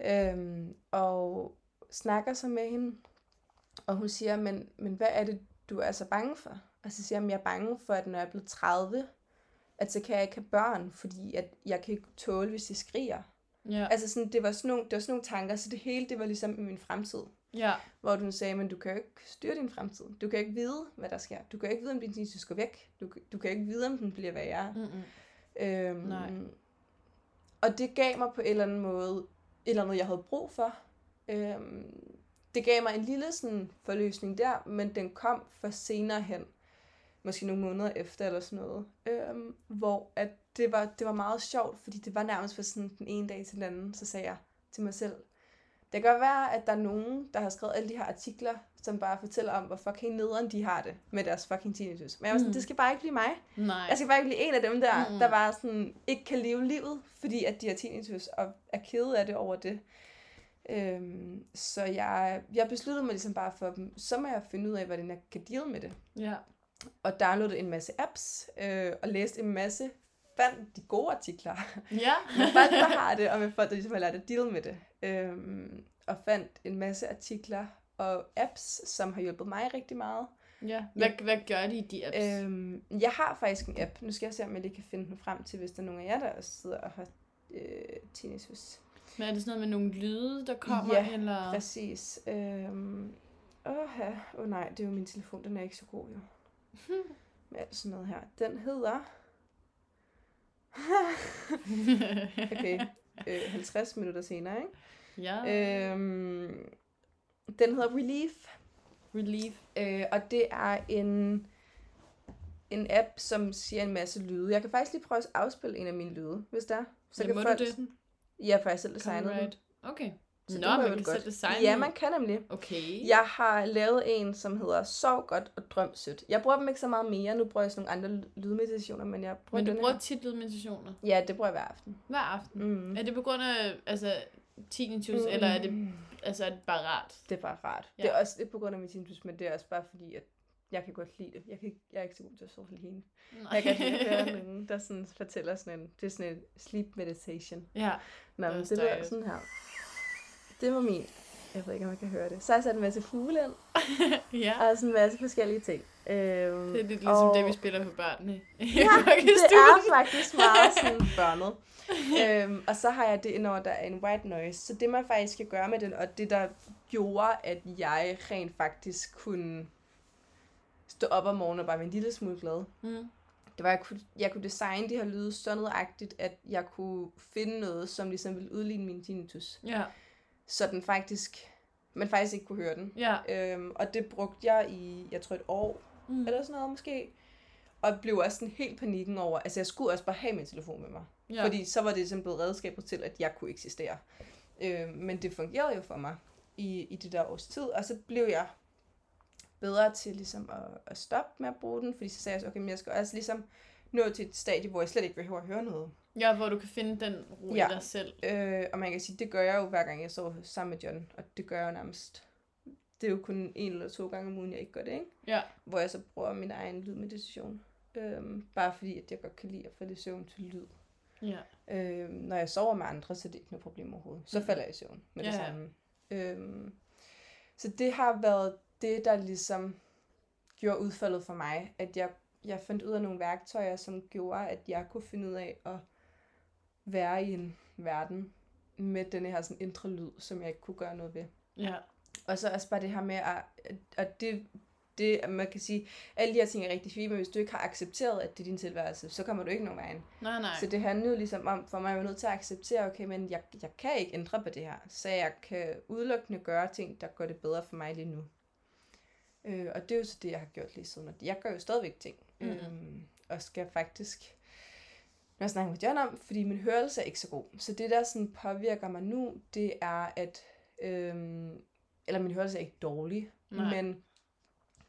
[SPEAKER 2] ikke? Øhm, og snakker så med hende, og hun siger, men, men hvad er det, du er så bange for? Og så siger jeg, at jeg er bange for, at når jeg er blevet 30, at så kan jeg ikke have børn, fordi at jeg kan ikke tåle, hvis de skriger.
[SPEAKER 1] ja,
[SPEAKER 2] Altså sådan, det var sådan nogle, det var sådan nogle tanker, så det hele, det var ligesom i min fremtid
[SPEAKER 1] ja,
[SPEAKER 2] hvor du sagde, men du kan jo ikke styre din fremtid. Du kan jo ikke vide, hvad der sker. Du kan jo ikke vide, om din tinnitus går væk. Du, kan- du kan jo ikke vide, om den bliver værre.
[SPEAKER 1] mm-mm.
[SPEAKER 2] Øhm,
[SPEAKER 1] Nej.
[SPEAKER 2] Og det gav mig på en eller anden måde, et eller andet, jeg havde brug for. Øhm, det gav mig en lille sådan, forløsning der, men den kom for senere hen. Måske nogle måneder efter eller sådan noget. Øhm, hvor at det, var, det var meget sjovt, fordi det var nærmest for sådan den ene dag til den anden, så sagde jeg til mig selv, det kan godt være, at der er nogen, der har skrevet alle de her artikler, som bare fortæller om, hvor fucking nederen de har det med deres fucking tinnitus. Men jeg var sådan,
[SPEAKER 1] Mm.
[SPEAKER 2] mm. det skal bare ikke blive mig.
[SPEAKER 1] Nej,
[SPEAKER 2] Altså, Jeg skal bare ikke blive en af dem der,
[SPEAKER 1] Mm.
[SPEAKER 2] mm. der bare sådan ikke kan leve livet, fordi at de har tinnitus og er kede af det over det. Øhm, så jeg, jeg besluttede mig ligesom bare for, "Mm, så må jeg finde ud af, hvordan jeg kan deal med det.
[SPEAKER 1] ja,
[SPEAKER 2] Og downloadede en masse apps, øh, og læste en masse, fandt de gode artikler
[SPEAKER 1] ja,
[SPEAKER 2] med folk, der har det, og med folk, der ligesom har lært at deal med det. Øhm, og fandt en masse artikler og apps, som har hjulpet mig rigtig meget.
[SPEAKER 1] ja. Hvad, hvad gør de i de apps? Øh,
[SPEAKER 2] Øhm, jeg har faktisk en app. Nu skal jeg se, om jeg lige kan finde den frem til, hvis der er nogen af jer, der også sidder og har øh, tinnitus.
[SPEAKER 1] Men er det sådan noget med nogle lyde, der kommer?
[SPEAKER 2] Ja,
[SPEAKER 1] eller?
[SPEAKER 2] Ja. Præcis. Øhm, åh, oh, nej, det er jo min telefon. Den er ikke så god, jo. Med alt sådan noget her. Den hedder... Okay, øh, 50 minutter senere, ikke?
[SPEAKER 1] ja,
[SPEAKER 2] Øh, Øhm, den hedder Relief.
[SPEAKER 1] relief.
[SPEAKER 2] Øh, og det er en en app, som siger en masse lyde. Jeg kan faktisk lige prøve at afspille en af mine lyde, hvis der.
[SPEAKER 1] Så kan må folk... du det?
[SPEAKER 2] Ja, for jeg selv designet den.
[SPEAKER 1] Okay.
[SPEAKER 2] Så
[SPEAKER 1] Så
[SPEAKER 2] det
[SPEAKER 1] Nå,
[SPEAKER 2] må
[SPEAKER 1] man
[SPEAKER 2] vel
[SPEAKER 1] kan
[SPEAKER 2] godt.
[SPEAKER 1] selv designe
[SPEAKER 2] Ja,
[SPEAKER 1] den.
[SPEAKER 2] man kan nemlig.
[SPEAKER 1] Okay.
[SPEAKER 2] Jeg har lavet en, som hedder Sov godt og drøm sødt. Jeg bruger dem ikke så meget mere. Nu bruger jeg sådan nogle andre ly- lydmeditationer, men jeg bruger
[SPEAKER 1] Men du
[SPEAKER 2] den
[SPEAKER 1] bruger tit meditationer
[SPEAKER 2] her. Ja, det bruger jeg hver aften.
[SPEAKER 1] hver aften.
[SPEAKER 2] Mm.
[SPEAKER 1] Er det på grund af altså, tinnitus, mm. eller er det, altså, er det bare rart?
[SPEAKER 2] Det er bare rart. Ja.
[SPEAKER 1] Ja.
[SPEAKER 2] Det er også lidt på grund af min tinnitus, men det er også bare fordi, at jeg kan godt lide det. Jeg, kan, ikke- jeg er ikke så god til at sove alene.
[SPEAKER 1] Nej.
[SPEAKER 2] Jeg kan godt lide at høre nogen, der sådan fortæller sådan en... Det er sådan en sleep meditation.
[SPEAKER 1] ja.
[SPEAKER 2] Nå,
[SPEAKER 1] Det
[SPEAKER 2] men
[SPEAKER 1] er
[SPEAKER 2] det
[SPEAKER 1] også
[SPEAKER 2] lyder
[SPEAKER 1] dejligt.
[SPEAKER 2] sådan her. Det var min. Jeg ved ikke, om man kan høre det. Så har jeg sat en masse fugle ind,
[SPEAKER 1] ja.
[SPEAKER 2] og sådan en masse forskellige ting. Øhm,
[SPEAKER 1] Det er lidt ligesom
[SPEAKER 2] og-
[SPEAKER 1] det, vi spiller for børnene i
[SPEAKER 2] Ja, det
[SPEAKER 1] folkestuen.
[SPEAKER 2] er faktisk meget sådan børnet. øhm, og så har jeg det indover, der er en white noise. Så det man faktisk kan gøre med den, og det der gjorde, at jeg rent faktisk kunne stå op om morgenen og bare være en lille smule glad,
[SPEAKER 1] Mm.
[SPEAKER 2] det var, at jeg kunne, jeg kunne designe de her lyde så nødagtigt, at jeg kunne finde noget, som ligesom ville udligne min tinnitus.
[SPEAKER 1] Ja,
[SPEAKER 2] Så den faktisk, man faktisk ikke kunne høre den.
[SPEAKER 1] ja.
[SPEAKER 2] Øhm, og det brugte jeg i, jeg tror et år,
[SPEAKER 1] Mm.
[SPEAKER 2] eller sådan noget måske. Og blev også sådan helt panikken over, altså jeg skulle også bare have min telefon med mig.
[SPEAKER 1] ja.
[SPEAKER 2] Ja. Fordi så var det sådan blevet redskabet til, at jeg kunne eksistere. Øh, men det fungerede jo for mig i, i det der års tid. Og så blev jeg bedre til ligesom at, at stoppe med at bruge den, fordi så sagde jeg så, okay, men jeg skal også ligesom nå til et stadie, hvor jeg slet ikke behøver at høre noget.
[SPEAKER 1] ja, hvor du kan finde den ro
[SPEAKER 2] Ja.
[SPEAKER 1] i dig selv.
[SPEAKER 2] Øh, og man kan sige, det gør jeg jo hver gang, jeg sover sammen med John, og det gør jeg jo nærmest. Det er jo kun en eller to gange om ugen, jeg ikke gør det, ikke?
[SPEAKER 1] Ja.
[SPEAKER 2] Hvor jeg så bruger min egen lydmeditation. Øhm, bare fordi, at jeg godt kan lide at få det søvn til lyd.
[SPEAKER 1] Ja.
[SPEAKER 2] Øhm, når jeg sover med andre, så er det ikke noget problem overhovedet. Så falder jeg i søvn med det
[SPEAKER 1] Mm. Ja, ja.
[SPEAKER 2] samme. Øhm, så det har været det, der ligesom gjorde udfaldet for mig, at jeg, jeg fandt ud af nogle værktøjer, som gjorde, at jeg kunne finde ud af at være i en verden med den her sådan indre lyd, som jeg ikke kunne gøre noget ved.
[SPEAKER 1] Ja.
[SPEAKER 2] Og så også bare det her med, at, at det, det, at man kan sige, alle de her ting er rigtig fine, men hvis du ikke har accepteret, at det er din tilværelse, så kommer du ikke nogen vejen.
[SPEAKER 1] Nej, nej.
[SPEAKER 2] Så det handler jo ligesom om, for mig er jeg nødt til at acceptere, okay, men jeg, jeg kan ikke ændre på det her, så jeg kan udelukkende gøre ting, der gør det bedre for mig lige nu. Øh, og det er jo så det, jeg har gjort lige siden. Og jeg gør jo stadigvæk ting,
[SPEAKER 1] Mhm.
[SPEAKER 2] øh, og skal faktisk, når jeg snakker med John om, fordi min hørelse er ikke så god. Så det, der sådan påvirker mig nu, det er, at, øh, eller min hørelse er ikke dårlig,
[SPEAKER 1] nej.
[SPEAKER 2] men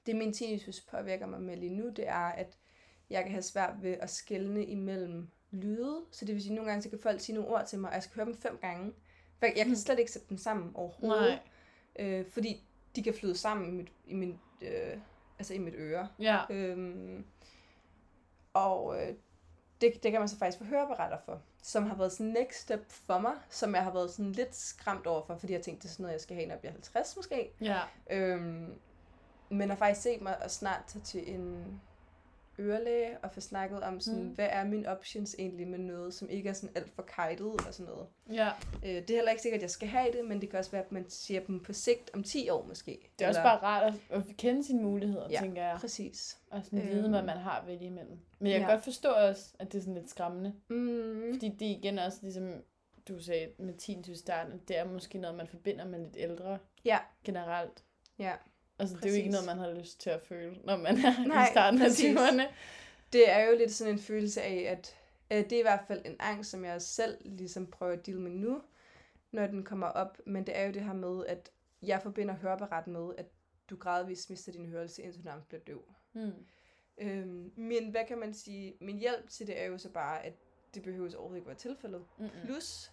[SPEAKER 2] det min tinnitus påvirker mig med lige nu, det er, at jeg kan have svært ved at skelne imellem lyde. Så det vil sige, at nogle gange så kan folk sige nogle ord til mig, og jeg skal høre dem fem gange. For Jeg kan slet ikke sætte dem sammen overhovedet,
[SPEAKER 1] Hmm. nej.
[SPEAKER 2] øh, fordi de kan flyde sammen i mit, i min, øh, altså i mit øre.
[SPEAKER 1] Ja.
[SPEAKER 2] Øhm, og øh, det, det kan man så faktisk få høreapparater for, som har været sådan next step for mig, som jeg har været sådan lidt skræmt over for, fordi jeg tænkte, det er sådan noget, jeg skal have, når jeg bliver 50 måske.
[SPEAKER 1] Ja.
[SPEAKER 2] Øhm, men har faktisk set mig og snart tage til en ørelæge og få snakket om, sådan, mm.
[SPEAKER 1] Mm.
[SPEAKER 2] hvad er mine options egentlig med noget, som ikke er sådan alt for kajtet og sådan noget.
[SPEAKER 1] Ja.
[SPEAKER 2] Øh, det er heller ikke sikkert, at jeg skal have det, men det kan også være, at man siger dem på sigt om 10 år måske.
[SPEAKER 1] Det er også bare rart at, at kende sine muligheder,
[SPEAKER 2] Ja.
[SPEAKER 1] ja. tænker jeg.
[SPEAKER 2] Præcis.
[SPEAKER 1] Og sådan
[SPEAKER 2] Øhm.
[SPEAKER 1] vide, hvad man har at vælge imellem. Men jeg kan
[SPEAKER 2] Ja.
[SPEAKER 1] godt forstå også, at det er sådan lidt skræmmende.
[SPEAKER 2] Mm.
[SPEAKER 1] Fordi det igen også, ligesom du sagde med tinnitus i starten, at det er måske noget, man forbinder med lidt ældre
[SPEAKER 2] Ja.
[SPEAKER 1] generelt.
[SPEAKER 2] Ja,
[SPEAKER 1] Altså, det er jo ikke
[SPEAKER 2] præcis.
[SPEAKER 1] noget, man har lyst til at føle, når man er
[SPEAKER 2] Nej,
[SPEAKER 1] i starten af
[SPEAKER 2] præcis.
[SPEAKER 1] timerne.
[SPEAKER 2] Det er jo lidt sådan en følelse af, at øh, det er i hvert fald en angst, som jeg selv ligesom prøver at deal med nu, når den kommer op. Men det er jo det her med, at jeg forbinder høreapparatet med, at du gradvist mister din hørelse, indtil du nærmest bliver døv.
[SPEAKER 1] Mm.
[SPEAKER 2] Øhm, men hvad kan man sige? Min hjælp til det er jo så bare, at det behøves overhovedet ikke være tilfældet.
[SPEAKER 1] Mm-mm.
[SPEAKER 2] Plus,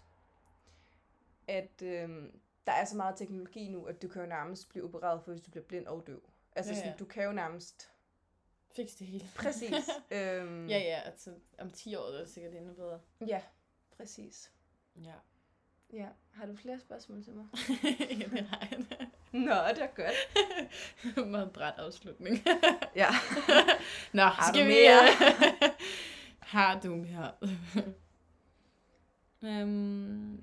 [SPEAKER 2] at øhm, der er så meget teknologi nu, at du kan jo nærmest blive opereret for, hvis du bliver blind og døv. Altså,
[SPEAKER 1] Ja,
[SPEAKER 2] sådan,
[SPEAKER 1] ja.
[SPEAKER 2] du kan jo nærmest...
[SPEAKER 1] Fix det hele.
[SPEAKER 2] Præcis. øhm,
[SPEAKER 1] ja, ja, altså om 10 år er det sikkert endnu bedre.
[SPEAKER 2] Ja, præcis.
[SPEAKER 1] Ja.
[SPEAKER 2] Ja. Har du flere spørgsmål til mig?
[SPEAKER 1] ja, det har jeg.
[SPEAKER 2] Nå, det er godt.
[SPEAKER 1] Meget bræt afslutning.
[SPEAKER 2] Ja.
[SPEAKER 1] Nå,
[SPEAKER 2] Har
[SPEAKER 1] skal
[SPEAKER 2] du
[SPEAKER 1] vi...
[SPEAKER 2] mere?
[SPEAKER 1] har du mere? um,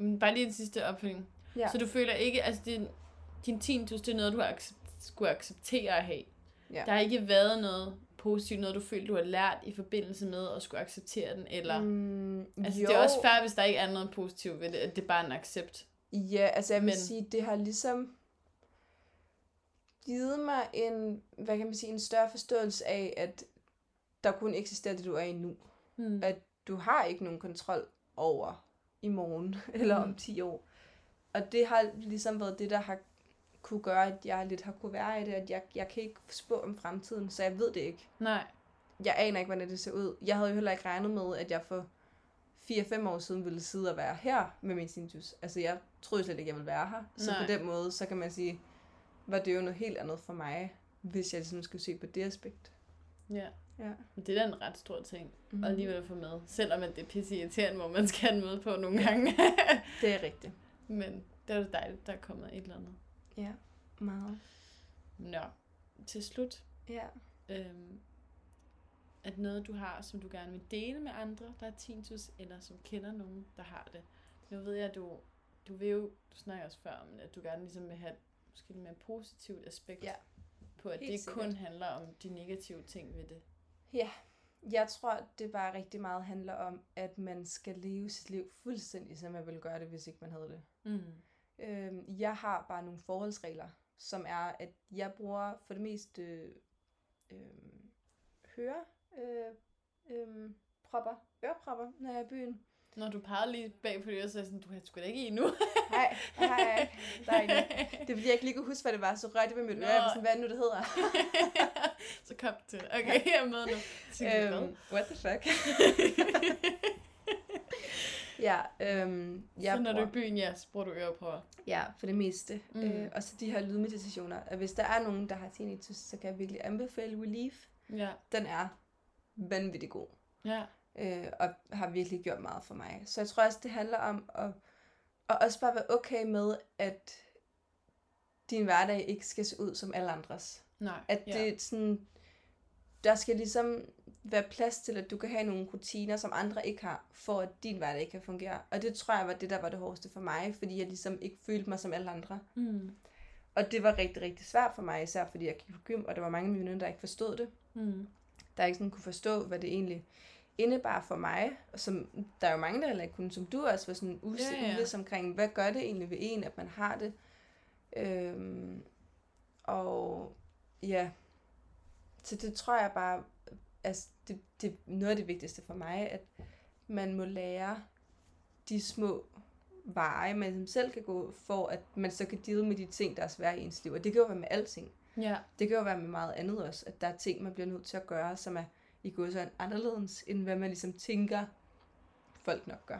[SPEAKER 1] Øhm, bare lige en sidste opfølging.
[SPEAKER 2] Ja.
[SPEAKER 1] Så du føler ikke, altså din, din tinnitus, det er noget, du har accept, skulle acceptere at have.
[SPEAKER 2] Ja.
[SPEAKER 1] Der har ikke været noget positivt, noget du føler, du har lært i forbindelse med at skulle acceptere den, eller... Mm.
[SPEAKER 2] Mm,
[SPEAKER 1] Altså, jo. det er også fair, hvis der ikke er noget positivt ved det, at det er bare en accept.
[SPEAKER 2] Ja, altså jeg vil
[SPEAKER 1] Men-
[SPEAKER 2] sige, det har ligesom... givet mig en, hvad kan man sige, en større forståelse af, at der kun eksisterer det, du er i nu.
[SPEAKER 1] Mm.
[SPEAKER 2] at du har ikke nogen kontrol over i morgen eller om
[SPEAKER 1] Mm.
[SPEAKER 2] 10 år. Og det har ligesom været det, der har kunne gøre, at jeg lidt har kunne være i det, at jeg, jeg kan ikke spå om fremtiden, så jeg ved det ikke.
[SPEAKER 1] Nej.
[SPEAKER 2] Jeg aner ikke, hvordan det ser ud. Jeg havde jo heller ikke regnet med, at jeg for 4-5 år siden ville sidde og være her med min sinus. Altså, jeg troede slet ikke, jeg ville være her. Så
[SPEAKER 1] Nej.
[SPEAKER 2] på den måde, så kan man sige, var det jo noget helt andet for mig, hvis jeg ligesom skulle se på det aspekt.
[SPEAKER 1] Ja.
[SPEAKER 2] Ja.
[SPEAKER 1] Men Det er da en ret stor ting,
[SPEAKER 2] Mm.
[SPEAKER 1] og alligevel at få med. Selvom at det er pisse irriterende, hvor man skal have en møde på nogle gange.
[SPEAKER 2] Det er rigtigt.
[SPEAKER 1] Men det er da dejligt, der er kommet et eller andet.
[SPEAKER 2] Ja, meget.
[SPEAKER 1] Nå, til slut.
[SPEAKER 2] Ja.
[SPEAKER 1] Øhm, at noget, du har, som du gerne vil dele med andre, der er tinnitus, eller som kender nogen, der har det. Nu ved jeg, at du, du vil jo, du snakker også før om, at du gerne ligesom vil have måske et mere positivt aspekt
[SPEAKER 2] Ja.
[SPEAKER 1] på, at
[SPEAKER 2] Helt
[SPEAKER 1] det ikke kun
[SPEAKER 2] sikkert.
[SPEAKER 1] handler om de negative ting ved det.
[SPEAKER 2] Jeg tror, det bare rigtig meget handler om, at man skal leve sit liv fuldstændig, som man ville gøre det, hvis ikke man havde det.
[SPEAKER 1] Mm.
[SPEAKER 2] Øhm, jeg har bare nogle forholdsregler, som er, at jeg bruger for det meste øh, øhm, høre, øh, øh, propper, ørepropper, når jeg er i byen.
[SPEAKER 1] Når du pegede lige bag på det, og så er jeg sådan, du har sgu da ikke i nu.
[SPEAKER 2] Nej, nej, der er ikke noget. Det er fordi, jeg ikke lige kunne huske, hvad det var, så rørte jeg ved mit
[SPEAKER 1] Nå.
[SPEAKER 2] øre, jeg var sådan, hvad er det nu, det hedder?
[SPEAKER 1] så kom det til. Okay, jeg er med nu. Så tænkte jeg, hvad?
[SPEAKER 2] Øhm, what the fuck? ja, øhm, jeg
[SPEAKER 1] så når du
[SPEAKER 2] bruger-
[SPEAKER 1] er i byen, ja, så bruger du ørepropper.
[SPEAKER 2] Ja, for det meste.
[SPEAKER 1] Mm.
[SPEAKER 2] Mm. Øh, og så de her lydmeditationer. Og hvis der er nogen, der har tinnitus, så kan jeg virkelig anbefale Relief.
[SPEAKER 1] Ja,
[SPEAKER 2] Den er vanvittig god,
[SPEAKER 1] ja.
[SPEAKER 2] øh, og har virkelig gjort meget for mig. Så jeg tror også, det handler om at, at også bare være okay med, at din hverdag ikke skal se ud som alle andres.
[SPEAKER 1] Nej.
[SPEAKER 2] At
[SPEAKER 1] ja.
[SPEAKER 2] det er sådan, der skal ligesom være plads til, at du kan have nogle rutiner, som andre ikke har, for at din hverdag ikke kan fungere. Og det tror jeg var det, der var det hårdeste for mig, fordi jeg ligesom ikke følte mig som alle andre.
[SPEAKER 1] Mm.
[SPEAKER 2] Og det var rigtig, rigtig svært for mig, især fordi jeg gik på gym, og der var mange af mine veninder, der ikke forstod det.
[SPEAKER 1] Mm.
[SPEAKER 2] Der ikke sådan kunne forstå, hvad det egentlig indebar for mig. Og som, der er jo mange, der heller ikke kunne, som du også var sådan uvis
[SPEAKER 1] Ja, ja.
[SPEAKER 2] yeah. omkring, hvad gør det egentlig ved en, at man har det? Øhm, og ja, så det tror jeg bare, altså det, det er noget af det vigtigste for mig, at man må lære de små veje, man som selv kan gå, for at man så kan deal med de ting, der er svære i ens liv. Og det kan jo være med alting.
[SPEAKER 1] Ja,
[SPEAKER 2] Det kan jo være med meget andet også, at der er ting, man bliver nødt til at gøre, som er i går så anderledes, end hvad man ligesom tænker, folk nok gør.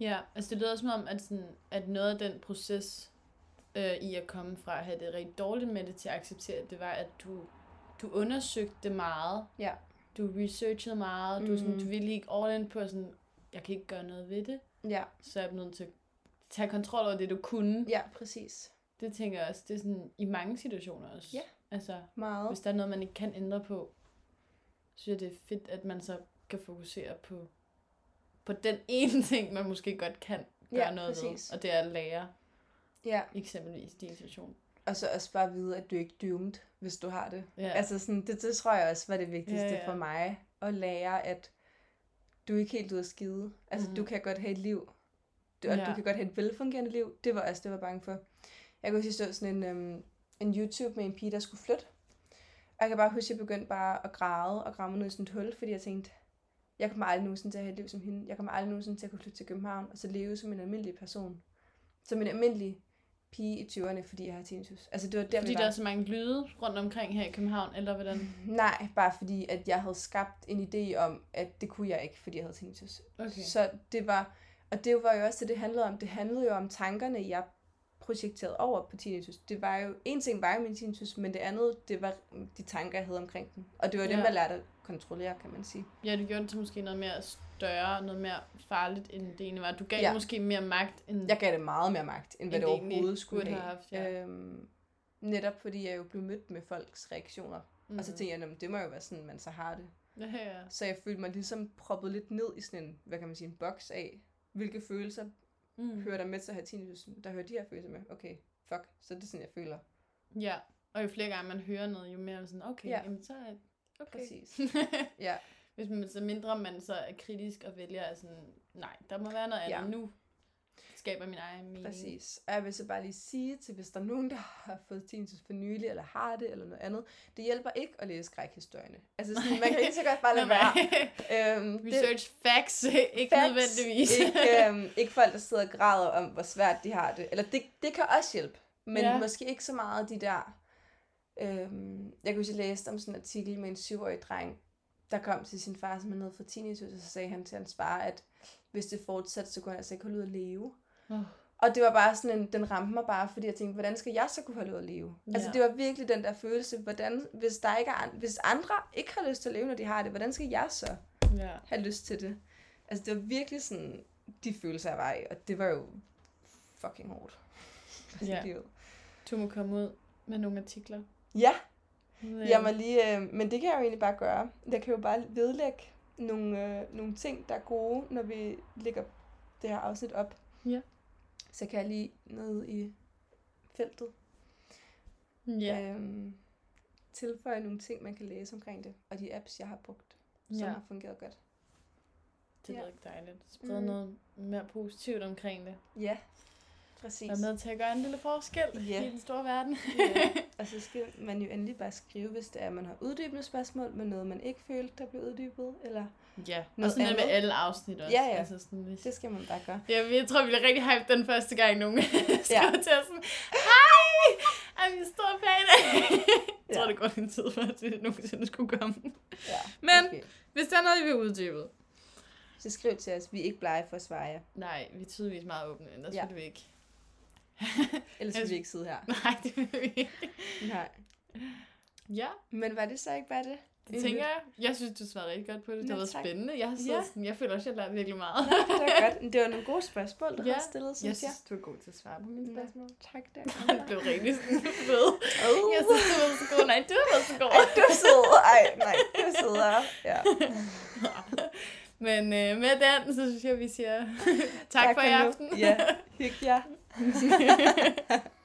[SPEAKER 1] ja. Altså det lyder som om, at, sådan, at noget af den proces øh, i at komme fra at have det rigtig dårligt med det til at acceptere, det var, at du, du undersøgte det meget.
[SPEAKER 2] Ja.
[SPEAKER 1] Du researchede meget. Mm. Du, sådan,
[SPEAKER 2] Mhm.
[SPEAKER 1] du ville ikke all in på sådan, jeg kan ikke gøre noget ved det.
[SPEAKER 2] Ja,
[SPEAKER 1] så er jeg nødt til at tage kontrol over det, du kunne.
[SPEAKER 2] ja, præcis.
[SPEAKER 1] Det tænker jeg også, det er sådan i mange situationer også.
[SPEAKER 2] Ja.
[SPEAKER 1] Altså,
[SPEAKER 2] Meget.
[SPEAKER 1] hvis der er noget, man ikke kan ændre på, så synes jeg, det er fedt, at man så kan fokusere på, på den ene ting, man måske godt kan gøre
[SPEAKER 2] Ja,
[SPEAKER 1] noget
[SPEAKER 2] præcis.
[SPEAKER 1] ved. Og det er at lære,
[SPEAKER 2] Ja.
[SPEAKER 1] eksempelvis i din situation.
[SPEAKER 2] Og så også bare vide, at du ikke er doomed, hvis du har det.
[SPEAKER 1] Ja.
[SPEAKER 2] Ja. Altså sådan, det, det tror jeg også var det vigtigste
[SPEAKER 1] Ja,
[SPEAKER 2] ja,
[SPEAKER 1] ja.
[SPEAKER 2] ja. for mig. At lære, at du er ikke helt ude at skide. Altså,
[SPEAKER 1] Mhm.
[SPEAKER 2] mm. du kan godt have et liv. Du, og
[SPEAKER 1] Ja.
[SPEAKER 2] ja. du kan godt have et velfungerende liv. Det var også det, jeg var bange for. Jeg kunne huske, at sådan en, øhm, en YouTube med en pige, der skulle flytte. Og jeg kan bare huske, at jeg begyndte bare at græde og græde mig ned i sådan et hul, fordi jeg tænkte, jeg kommer aldrig nogensinde til at have et liv som hende. Jeg kommer aldrig nogensinde til at kunne flytte til København og så leve som en almindelig person. Som en almindelig pige i 20'erne, fordi jeg har tinnitus. Altså, det var der,
[SPEAKER 1] Fordi
[SPEAKER 2] vi var.
[SPEAKER 1] der er så mange lyde rundt omkring her i København, eller hvordan?
[SPEAKER 2] Nej, bare fordi, at jeg havde skabt en idé om, at det kunne jeg ikke, fordi jeg havde tinnitus.
[SPEAKER 1] Okay.
[SPEAKER 2] Så det var, og det var jo også det, det handlede om. Det handlede jo om tankerne, jeg projekterede over på tinnitus. Det var jo, en ting var jo min tinnitus, men det andet, det var de tanker, jeg havde omkring den. Og det var dem,
[SPEAKER 1] Ja.
[SPEAKER 2] jeg lærte at kontrollere, kan man sige.
[SPEAKER 1] Ja, det gjorde det til måske noget mere større, noget mere farligt, end det egentlig var. Du gav
[SPEAKER 2] Ja.
[SPEAKER 1] ja. måske mere magt, end...
[SPEAKER 2] Jeg gav det meget mere magt, end hvad
[SPEAKER 1] End
[SPEAKER 2] det
[SPEAKER 1] det egentlig
[SPEAKER 2] overhovedet skulle
[SPEAKER 1] burde
[SPEAKER 2] have.
[SPEAKER 1] have haft, ja.
[SPEAKER 2] øhm, netop fordi jeg jo blev mødt med folks reaktioner. Mm. Og så
[SPEAKER 1] Mhm.
[SPEAKER 2] tænkte jeg, "Nå, men det må jo være sådan, man så har det.
[SPEAKER 1] Ja, ja.
[SPEAKER 2] Så jeg følte mig ligesom proppet lidt ned i sådan en, hvad kan man sige, en boks af, hvilke følelser
[SPEAKER 1] Mm.
[SPEAKER 2] hører der med til at have tinnitus? Der hører de her følelser med. Okay, fuck, så er det sådan, jeg føler.
[SPEAKER 1] Ja, og jo flere gange man hører noget, jo mere er man sådan, okay, ja.
[SPEAKER 2] Ja.
[SPEAKER 1] jamen så er okay.
[SPEAKER 2] Præcis. Ja,
[SPEAKER 1] Hvis man, så mindre man så er kritisk og vælger at sådan, nej, der må være noget
[SPEAKER 2] Ja.
[SPEAKER 1] andet ja. nu, skaber min egen mening.
[SPEAKER 2] Præcis. Og jeg vil så bare lige sige til, hvis der er nogen, der har fået tinnitus for nylig, eller har det, eller noget andet, det hjælper ikke at læse skrækhistorierne. Altså, sådan, man kan ikke så godt bare lade være. Øhm,
[SPEAKER 1] Research facts, ikke
[SPEAKER 2] facts,
[SPEAKER 1] nødvendigvis.
[SPEAKER 2] ikke, øhm, ikke folk, der sidder og græder om, hvor svært de har det. Eller det, det kan også hjælpe, men
[SPEAKER 1] Ja.
[SPEAKER 2] ja. måske ikke så meget de der... Øhm, jeg kunne så læse om sådan en artikel med en syvårig dreng, der kom til sin far, som er nede for tinnitus, og så sagde han til hans far, at hvis det fortsatte, så kunne han altså ikke holde ud at leve.
[SPEAKER 1] Åh.
[SPEAKER 2] Og det var bare sådan en, den ramte mig bare, fordi jeg tænkte, hvordan skal jeg så kunne holde ud at leve? Ja. Altså
[SPEAKER 1] Ja.
[SPEAKER 2] det var virkelig den der følelse, hvordan, hvis, der ikke er, an- hvis andre ikke har lyst til at leve, når de har det, hvordan skal jeg så?
[SPEAKER 1] ja.
[SPEAKER 2] have lyst til det. Altså, det var virkelig sådan, de følelser, jeg var i, og det var jo fucking hårdt. Altså,
[SPEAKER 1] Ja.
[SPEAKER 2] Livet.
[SPEAKER 1] Du må komme ud med nogle artikler.
[SPEAKER 2] ja,
[SPEAKER 1] Ud af-
[SPEAKER 2] jeg må lige, øh, men det kan jeg jo egentlig bare gøre. Jeg kan jo bare vedlægge nogle, øh, nogle ting, der er gode, når vi lægger det her afsnit op.
[SPEAKER 1] Ja.
[SPEAKER 2] Så kan jeg lige ned i feltet
[SPEAKER 1] ja.
[SPEAKER 2] øhm, tilføje nogle ting, man kan læse omkring det, og de apps, jeg har brugt, som
[SPEAKER 1] Ja.
[SPEAKER 2] har fungeret godt.
[SPEAKER 1] Det
[SPEAKER 2] Ja.
[SPEAKER 1] lyder ikke dejligt. Spred mm.
[SPEAKER 2] Mm.
[SPEAKER 1] noget mere positivt omkring det.
[SPEAKER 2] Ja, præcis.
[SPEAKER 1] Vær med til at gøre en lille forskel
[SPEAKER 2] Ja.
[SPEAKER 1] yeah. i den store verden.
[SPEAKER 2] Ja, og så skal man jo endelig bare skrive, hvis det er, at man har uddybende spørgsmål, men noget, man ikke følte, der blev uddybet, eller
[SPEAKER 1] ja, og
[SPEAKER 2] Noget
[SPEAKER 1] sådan er det med
[SPEAKER 2] andet?
[SPEAKER 1] alle afsnit også.
[SPEAKER 2] Ja, ja.
[SPEAKER 1] Altså sådan, hvis...
[SPEAKER 2] det skal man bare gøre.
[SPEAKER 1] Ja, men jeg tror, vi blev rigtig hyped den første gang, nogen skrev til os sådan, Hej! I'm your store fan! jeg tror,
[SPEAKER 2] Ja.
[SPEAKER 1] det går en tid, før det nogensinde skulle komme.
[SPEAKER 2] Ja,
[SPEAKER 1] Men-
[SPEAKER 2] okay.
[SPEAKER 1] Hvis der er noget, I vil uddybe.
[SPEAKER 2] Så skriv til os, vi er ikke blege for at svare jer,
[SPEAKER 1] Nej, vi er tydeligvis meget åbne, ellers ja.
[SPEAKER 2] Ja.
[SPEAKER 1] vil vi ikke.
[SPEAKER 2] ellers
[SPEAKER 1] Ellers-
[SPEAKER 2] vil vi ikke sidde her.
[SPEAKER 1] Nej, det vil vi ikke.
[SPEAKER 2] Nej.
[SPEAKER 1] Ja,
[SPEAKER 2] Men var det så ikke bare det?
[SPEAKER 1] det
[SPEAKER 2] Mhm.
[SPEAKER 1] tænker jeg. Jeg synes, du svarede rigtig godt på det. Det har
[SPEAKER 2] Nå,
[SPEAKER 1] været
[SPEAKER 2] tak.
[SPEAKER 1] spændende. Jeg, har siddet
[SPEAKER 2] Ja.
[SPEAKER 1] sådan, jeg føler også, jeg lærte virkelig meget.
[SPEAKER 2] Nej, det var godt. Men Det var nogle gode spørgsmål, du
[SPEAKER 1] Ja.
[SPEAKER 2] ja. har stillet,
[SPEAKER 1] Jeg
[SPEAKER 2] synes jeg.
[SPEAKER 1] synes, du er god til at svare på mine
[SPEAKER 2] Nå,
[SPEAKER 1] spørgsmål.
[SPEAKER 2] Tak, der
[SPEAKER 1] Jeg blev rigtig sådan fed.
[SPEAKER 2] oh.
[SPEAKER 1] Jeg synes, du var så god. Nej, du har været så god.
[SPEAKER 2] Ej, du sidder. Ej, nej, du sidder. Ja.
[SPEAKER 1] Men øh, med den, så synes jeg, vi siger tak, tak for i
[SPEAKER 2] nu.
[SPEAKER 1] aften.
[SPEAKER 2] Ja, hyg jer.